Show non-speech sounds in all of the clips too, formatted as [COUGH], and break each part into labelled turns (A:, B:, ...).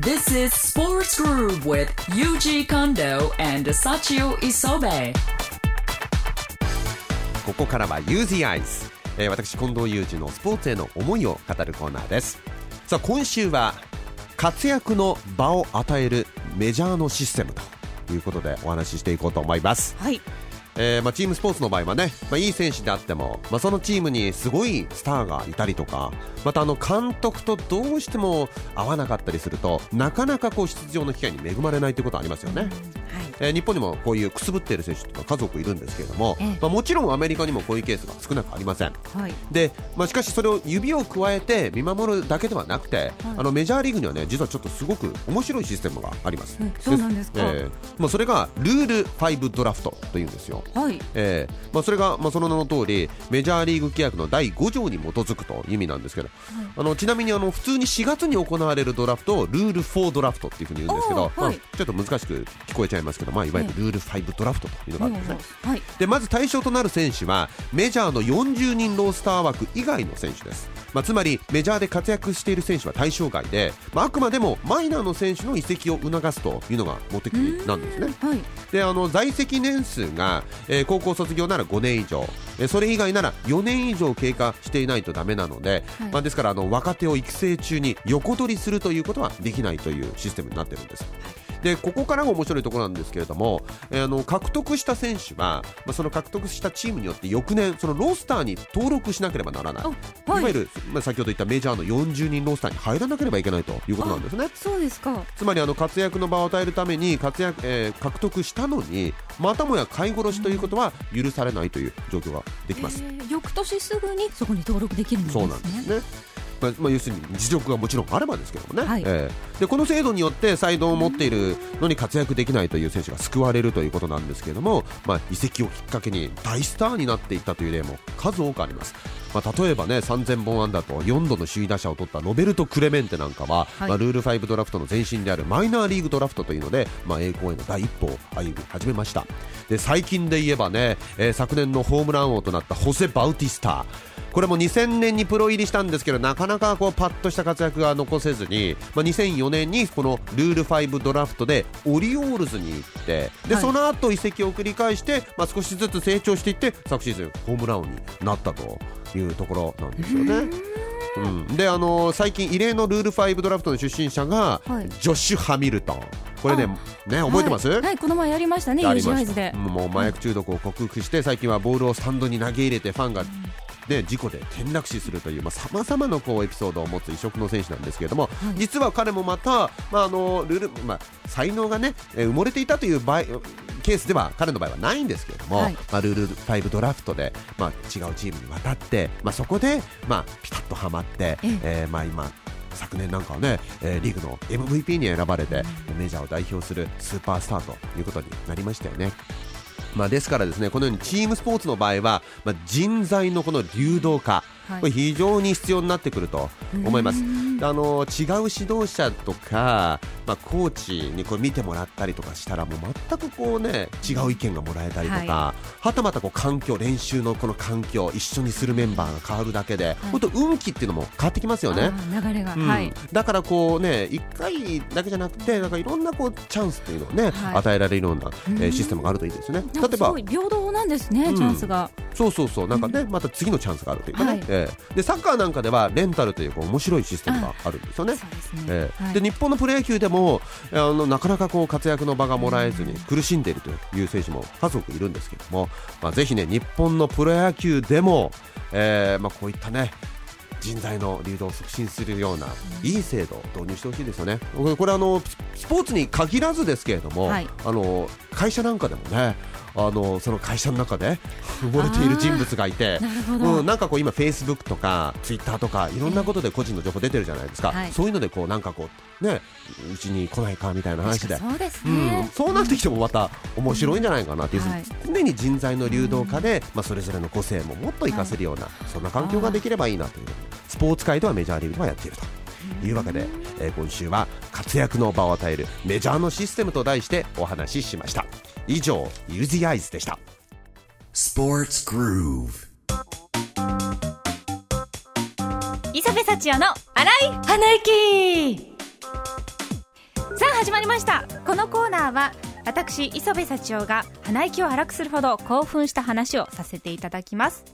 A: This is Sports Groove with Yuji Kondo and Sachio Isobe.
B: ここからは u z アイス、えー、私近藤裕二のスポーツへの思いを語るコーナーですさあ今週は活躍の場を与えるメジャーのシステムということでお話ししていこうと思います
C: はい
B: えーまあ、チームスポーツの場合はね、まあ、いい選手であっても、まあ、そのチームにすごいスターがいたりとかまたあの監督とどうしても合わなかったりするとなかなかこう出場の機会に恵まれないということはありますよね。えー日本にもこういうくすぶっている選手というのは数多くいるんですけれども、
C: ええ
B: まあ、もちろんアメリカにもこういうケースが少なくありません。
C: はい
B: でまあ、しかし、それを指を加えて見守るだけではなくて、あのメジャーリーグには、ね、実はちょっとすごく面白いシステムがあります。
C: えそうなんですか
B: えーまあ、それがルール5ドラフトというんですよ。
C: はい
B: えーまあ、それが、まあ、その名の通りメジャーリーグ規約の第5条に基づくという意味なんですけど、あのちなみにあの普通に4月に行われるドラフトをルール4ドラフトっていうふうに言うんですけど
C: お、ーはい
B: まあちょっと難しく聞こえちゃいますけど、まあ、いわゆるルール5ドラフトというのがあるんですね。
C: はい
B: でまず対象となる選手はメジャーの40人ロースター枠以外の選手です、まあ、つまりメジャーで活躍している選手は対象外で、まあ、あくまでもマイナーの選手の移籍を促すというのが目的なんですね
C: はい
B: であの在籍年数が、えー高校卒業なら5年以上、えーそれ以外なら4年以上経過していないとダメなので、
C: はい
B: まあ、ですからあの若手を育成中に横取りするということはできないというシステムになってるんです。でここからが面白いところなんですけれども、えーあの獲得した選手は、まあ、その獲得したチームによって翌年そのロースターに登録しなければならない、
C: あはい
B: いわゆる、まあ、先ほど言ったメジャーの40人ロースターに入らなければいけないということなんですね。
C: そうですか
B: つまりあの活躍の場を与えるために活躍、えー獲得したのにまたもや飼い殺しということは許されないという状況ができます。
C: えー翌年すぐにそこに登録できるんですね
B: そうなんですねまあまあ、要するに実力がもちろんあればですけどもね、
C: はい
B: えーでこの制度によって才能を持っているのに活躍できないという選手が救われるということなんですけれども、まあ、移籍をきっかけに大スターになっていったという例も数多くあります、まあ、例えばね3000本安打と4度の首位打者を取ったロベルト・クレメンテなんかは、
C: はい
B: まあ、ルール5ドラフトの前身であるマイナーリーグドラフトというので、まあ、栄光への第一歩を歩み始めましたで最近で言えばね、えー昨年のホームラン王となったホセ・バウティスタこれも2000年にプロ入りしたんですけどなかなかこうパッとした活躍が残せずに、まあ、2004年にこのルール5ドラフトでオリオールズに行ってで、
C: はい
B: その後移籍を繰り返して、まあ、少しずつ成長していって昨シーズンホームラン王になったというところなんですよね。うん、であのー最近異例のルール5ドラフトの出身者が、
C: はい
B: ジョッシュ・ハミルトンこれねね覚えてます、
C: はい、はいこの前やりましたね
B: あ
C: u
B: り
C: g
B: ま
C: アイ
B: し
C: ズ
B: た
C: で
B: もう麻薬中毒を克服して最近はボールをスタンドに投げ入れてファンが、ね、事故で転落死するというさまざ、まなこうエピソードを持つ異色の選手なんですけれども、実は彼もまた、まあ、あのルール、まあ、才能が、ね、えー埋もれていたという場合ケースでは彼の場合はないんですけれども、
C: はい
B: まあ、ルール5ドラフトで、まあ、違うチームに渡って、まあ、そこで、まあ、ピタッとはまって、
C: ええ
B: えーまあ、今昨年なんかはね、えーリーグの MVP に選ばれてメジャーを代表するスーパースターということになりましたよね。まあ、ですからですねこのようにチームスポーツの場合は、まあ、人材のこの流動化、
C: はい
B: これ非常に必要になってくると思います。あの違う指導者とか、まあ、コーチにこれ見てもらったりとかしたらもう全くこう、ね、違う意見がもらえたりとか、は
C: は
B: たまたこう環境練習のこの環境一緒にするメンバーが変わるだけで、本当運気っていうのも変わってきますよね。
C: あー流れが、
B: うん
C: はい
B: だからこうね1回だけじゃなくてなんかいろんなこうチャンスっていうのをね、
C: はい
B: 与えられるような、えーシステムがあるといいですね。
C: な
B: 例
C: んかす
B: えば
C: ごい平等なんですね、
B: うん
C: チャンスが
B: そうそうそうなんかね、また次のチャンスがあるというかね、
C: はい
B: ええでサッカーなんかではレンタルというこう面白いシステムがあるんですよね。
C: そうですね、
B: ええ
C: はい
B: で日本のプロ野球でもあのなかなかこう活躍の場がもらえずに苦しんでいるという選手も数多くいるんですけども、まあ、ぜひね日本のプロ野球でも、ええまあ、こういったね人材の流動を促進するようないい制度を導入してほしいですよね。これこれあのススポーツに限らずですけれども、
C: はい
B: あの会社なんかでもねあのその会社の中
C: [LAUGHS]
B: で埋もれている人物がいて
C: なるほど、
B: うん、なんかこう今、フェイスブックとかツイッターとかいろんなことで個人の情報出てるじゃないですか、
C: はい
B: そういうのでこうなんかこう、ね、うちに来ないかみたいな話
C: 確か
B: で
C: に。そうです
B: う
C: ね、
B: ん、そうなってきてもまた面白いんじゃないかなっていう、
C: はい
B: 常に人材の流動化で、まあ、それぞれの個性ももっと活かせるような、そんな環境ができればいいなというスポーツ界ではメジャーリーグではやっているというわけで、えー今週は活躍の場を与えるメジャーのシステムと題してお話ししました以上ユージアイズでした
D: Sports Groove.
C: 磯部幸也の荒井花行き
E: は私磯部幸男が鼻息を荒くするほど興奮した話をさせていただきます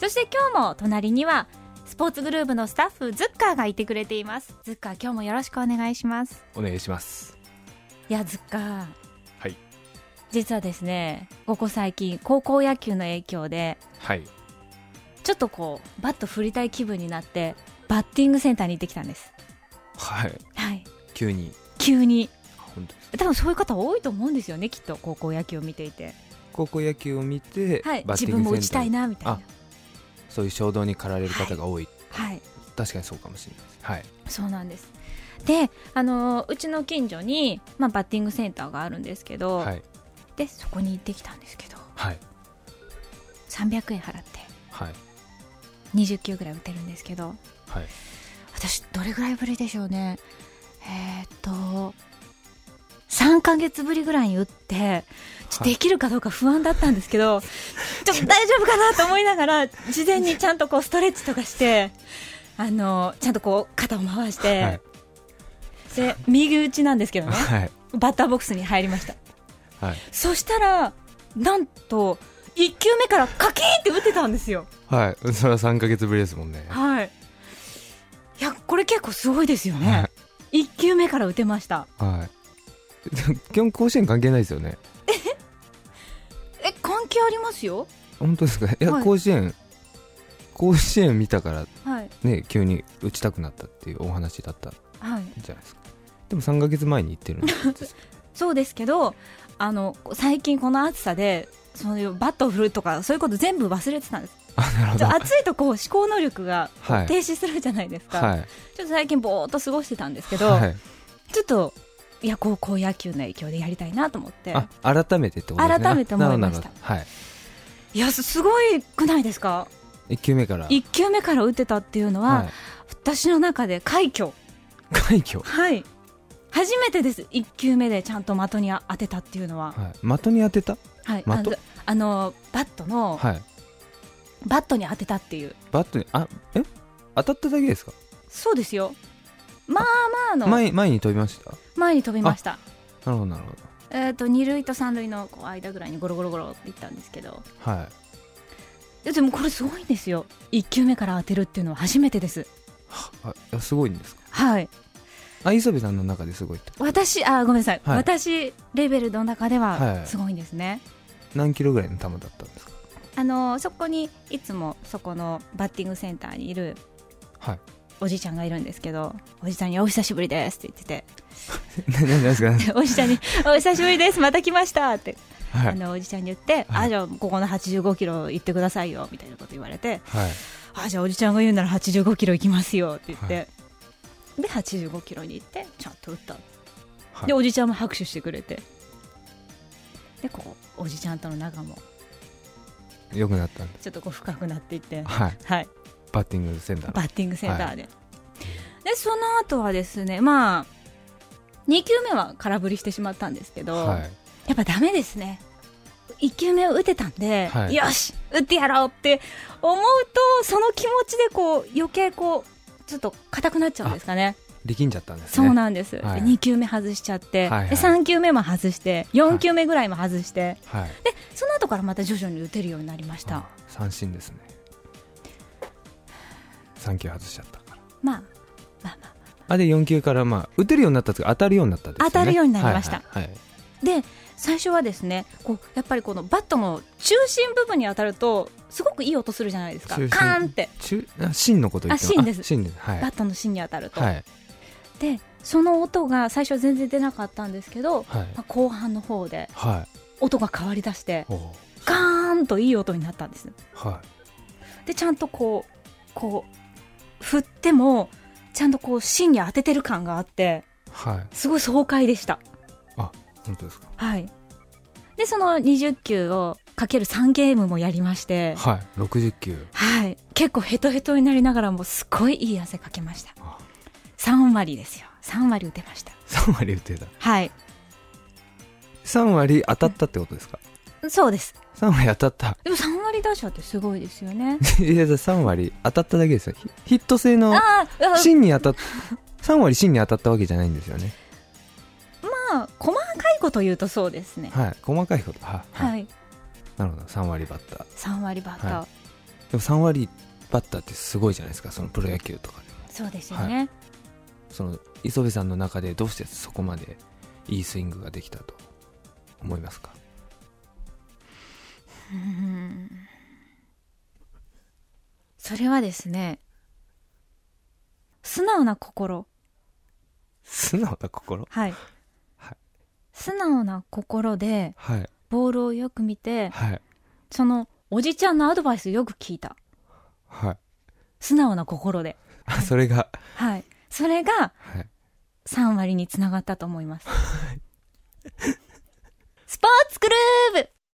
E: そして今日も隣にはスポーツグループのスタッフズッカーがいてくれていますズッカー今日もよろしくお願いします
F: お願いします
E: いやズッカー
F: はい
E: 実はですねここ最近高校野球の影響で
F: はい
E: ちょっとこうバット振りたい気分になってバッティングセンターに行ってきたんです
F: はい
E: はい
F: 急に
E: 急に
F: 本当です
E: 多分そういう方多いと思うんですよねきっと高校野球を見ていて、
F: 高校野球を見て、
E: はい、
F: バッ
E: 自
F: ティン
E: 分も
F: グ
E: 打ち
F: センタ
E: た
F: ー
E: い
F: に
E: なみたいな
F: あそういう衝動に駆られる方が多い、
E: はい
F: 確かにそうかもしれないですはい
E: そうなんですであのうちの近所に、まあ、バッティングセンターがあるんですけど、
F: はい
E: でそこに行ってきたんですけど
F: はい
E: 300円払って
F: はい
E: 20球ぐらい打てるんですけど
F: はい
E: 私どれぐらいぶりでしょうねえーっと3ヶ月ぶりぐらいに打ってちょっと
F: はい
E: できるかどうか不安だったんですけど、
F: [LAUGHS]
E: ちょっと大丈夫かなと思いながら事前にちゃんとこうストレッチとかしてあのちゃんとこう肩を回して、
F: はい
E: で右打ちなんですけどね
F: はい
E: バッターボックスに入りました
F: はい
E: そしたらなんと1球目からカキーンって打ってたんですよ
F: はい [LAUGHS] それは3か月ぶりですもんね
E: はいいやこれ結構すごいですよね
F: は
E: 1球目から打てました
F: いはい [LAUGHS] 基本甲子園関係ないですよね
E: え関係ありますよ
F: 本当ですかいや、
E: はい
F: 甲子園甲子園見たから
E: はい
F: ね急に打ちたくなったっていうお話だったん
E: はい
F: じゃないですかでも3か月前に行っ
E: [LAUGHS]
F: てるんですよ
E: そうですけどあの最近この暑さでそういうバットを振るとかそういうこと全部忘れてたんです
F: あなるほ
E: ち
F: ど
E: ょ暑いとこう思考能力がこう
F: はい
E: 停止するじゃないですか、
F: はい
E: ちょっと最近ぼーっと過ごしてたんですけど、
F: はい
E: ちょっといや高校野球の影響でやりたいなと思って
F: あ改めてってことですね
E: 改めて思い
F: あなる
E: まし
F: ほど
E: た
F: なるほどはい
E: いやすすごいくないですか
F: 1球目から
E: 1球目から打てたっていうのは、
F: はい、
E: 私の中で快挙
F: 快挙、
E: はい初めてです1球目でちゃんと的に当てたっていうのは、
F: はい、的に当てた
E: はい、
F: 的
E: あのあのバットの、
F: はい
E: バットに当てたっていう
F: バットにあえ当たっただけですか
E: そうですよまあまあの前
F: 前前に飛びました
E: に飛びました
F: なるほどなるほど
E: えっ、と二塁と三塁のこう間ぐらいにゴロゴロゴロっていったんですけど
F: はい
E: いやでもこれすごいんですよ1球目から当てるっていうのは初めてです
F: あいやすごいんですか
E: はい
F: あ磯部さんの中ですごいって
E: 私あごめんなさい、
F: はい
E: 私レベルの中で
F: は
E: はいすごいんですね、
F: 何キロぐらいの球だったんですか [LAUGHS]
E: あのそこにいつもそこのバッティングセンターにいる
F: はい
E: おじいちゃんがいるんですけどおじさんに「お久しぶりです」って言って
F: な何ですか、
E: て [LAUGHS] おじちゃんに「お久しぶりですまた来ました」って、あ
F: はい
E: のおじちゃんに言って「
F: はい
E: あじゃあここの85キロ行ってくださいよ」みたいなこと言われて
F: はい
E: 「あじゃあおじちゃんが言うなら85キロ行きますよ」って言って、
F: は
E: で85キロに行ってちゃんと打った、
F: はい
E: でおじちゃんも拍手してくれてでこうおじちゃんとの仲も
F: 良くなったんで
E: ちょっとこう深くなっていって
F: はい
E: はい
F: バッティングセンター
E: バッティングセンターで、でその後はですねまあ2球目は空振りしてしまったんですけど、
F: はい
E: やっぱダメですね1球目を打てたんで、
F: はい
E: よし打ってやろうって思うとその気持ちでこう余計こうちょっと硬くなっちゃうんですかね
F: 力んじゃったんです
E: そ
F: ね
E: うなんです、
F: はい
E: 2球目外しちゃって、
F: はいはい
E: で3球目も外して4球目ぐらいも外して、
F: はい
E: その後からまた徐々に打てるようになりました、
F: あ三振ですね3球外しちゃったから
E: まあまあまあ
F: あで4球から、まあ、打てるようになったんですが当たるようになったんですよね
E: 当たるようになりました
F: はいはい
E: で最初はですねこうやっぱりこのバットの中心部分に当たるとすごくいい音するじゃないですかカ
F: 中心
E: ーンって
F: 中あ芯のこと言ってます
E: あ芯です
F: 芯ですはい
E: バットの芯に当たると、
F: はい
E: でその音が最初は全然出なかったんですけど、
F: はい
E: まあ、後半の方で
F: はい
E: 音が変わりだして
F: おう
E: カーンといい音になったんです
F: は
E: でちゃんとこうこう振ってもちゃんとこう芯に当ててる感があって
F: いはい
E: すごい爽快でした
F: 本当ですか
E: はいでその20球をかける3ゲームもやりまして
F: はい60球
E: はい、結構ヘトヘトになりながらもすごいいい汗かけました
F: あ
E: 3割ですよ3割打てました
F: 3割打てた
E: はい
F: 3割当たったってことですか
E: そうです
F: 3割当たった
E: でも3割打者ってすごいですよ
F: [LAUGHS]
E: ね
F: いや3割当たっただけですよヒヒット性の
E: あーあ
F: 芯に当たっ3割芯に当たったわけじゃないんですよね
E: まあ細かいいこと言うとそうですね。
F: はい、細かいことは、はい
E: はい、
F: なるほど3割バッターで
E: 三割バッター、
F: はも3割バッターってすごいじゃないですかそのプロ野球とかでも
E: そうですよね。
F: その磯部さんの中でどうしてそこまでいいスイングができたと思いますか
E: それはですね、素直な心。
F: 素直な心
E: はい。
F: はい
E: 素直な心で、
F: はい
E: ボールをよく見て、
F: はい
E: その、おじちゃんのアドバイスよく聞いた。
F: はい
E: 素直な心で。
F: あそれが
E: はい。それが、
F: はい
E: 3割につながったと思います。スポーツクルーブ